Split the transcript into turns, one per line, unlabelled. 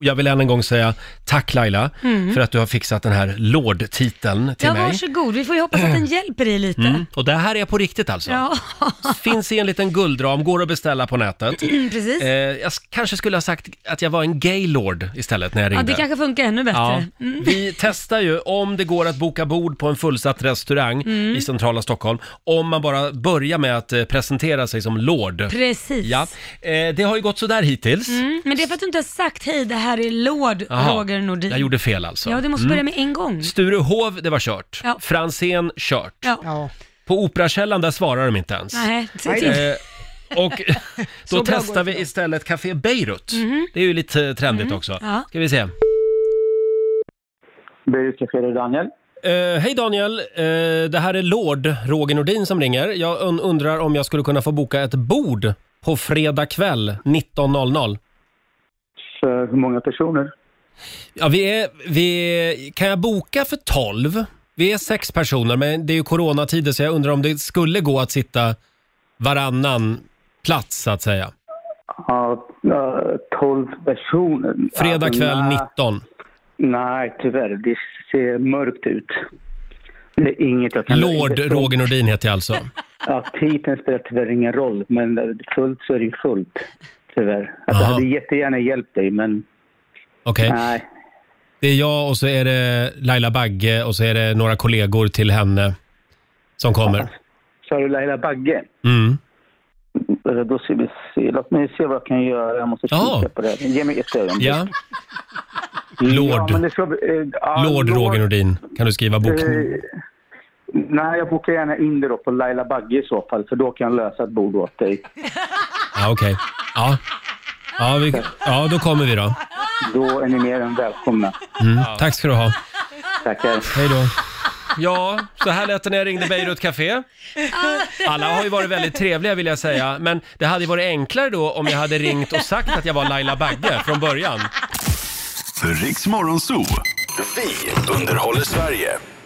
Jag vill än en gång säga tack Laila för att du har fixat den här lordtiteln till
Mm.
mig.
Ja, varsågod. Vi får ju hoppas att den hjälper dig lite.
Mm. Och det här är på riktigt alltså.
Ja,
Finns i en liten guldram, går att beställa på nätet.
mm, precis.
Eh, jag s- kanske skulle ha sagt att jag var en gaylord istället när jag
Ja,
ringde.
det kanske funkar ännu bättre.
Ja.
Mm.
Vi testar ju om det går att boka bord på en fullsatt restaurang
Mm.
i centrala Stockholm, om man bara börjar med att eh, presentera sig som lord.
Precis.
Ja, eh, det har ju gått sådär hittills.
Mm, men det är för att du inte har sagt hej, det här är Lord
Jaha,
Roger Nordin.
Jag gjorde fel alltså.
Ja, du måste börja med en gång.
Sturehov, det var kört.
Ja.
Franzén, kört.
Ja.
Ja.
På Operakällan, där svarar de inte ens.
Nej, se
Aj
till.
Eh, och då
Så bra
testar
går
vi
det.
istället Café Beirut. Det är ju lite trendigt också.
Ja.
Ska vi se.
Beirut Café, det är Daniel.
Eh, hej Daniel, Eh, det här är Lord Roger Nordin som ringer. Jag un- undrar om jag skulle kunna få boka ett bord på fredag kväll 19.00.
För hur många personer?
Ja, vi är, vi är, kan jag boka för 12? Vi är sex personer, men det är ju coronatider så jag undrar om det skulle gå att sitta varannan plats så att säga.
Ja, eh, 12 personer.
Fredag
Alltså,
kväll
nej,
19.
Nej, tyvärr. Det ser mörkt ut. Det är inget jag kan...
Lord Roger Nordin heter jag alltså.
Ja, titeln spelar tyvärr ingen roll, men fullt så är det ju fullt. Tyvärr. Alltså, jag
Jaha.
hade jättegärna hjälpt dig, men
Okej.
nej.
Det är jag och så är det Laila Bagge och så är det några kollegor till henne som kommer.
Sa du Laila Bagge?
Mm.
Eh, Då ska vi se. Låt mig se vad jag kan göra. Jag måste
Ja.
kika på det. här. Ge mig ett ögonblick.
Ja.
Mm, Ja, men
Lord,
det ska, bli- eh, ja,
Lord Roger Nordin kan du skriva bok.
Eh, Nej, jag bokar gärna in det då på Laila Bagge i så fall, för då kan jag lösa ett bord åt dig.
Ja, okej. Ja. Ja, vi, ja, då kommer vi då.
Då är ni mer än välkomna.
Mm. Tack ska du ha.
Tackar.
Hej då. Ja, så här lät det när jag ringde Beirut Café. Alla har ju varit väldigt trevliga vill jag säga, men det hade ju varit enklare då om jag hade ringt och sagt att jag var Laila Bagge från början.
Riks Morgonzoo. Vi underhåller Sverige.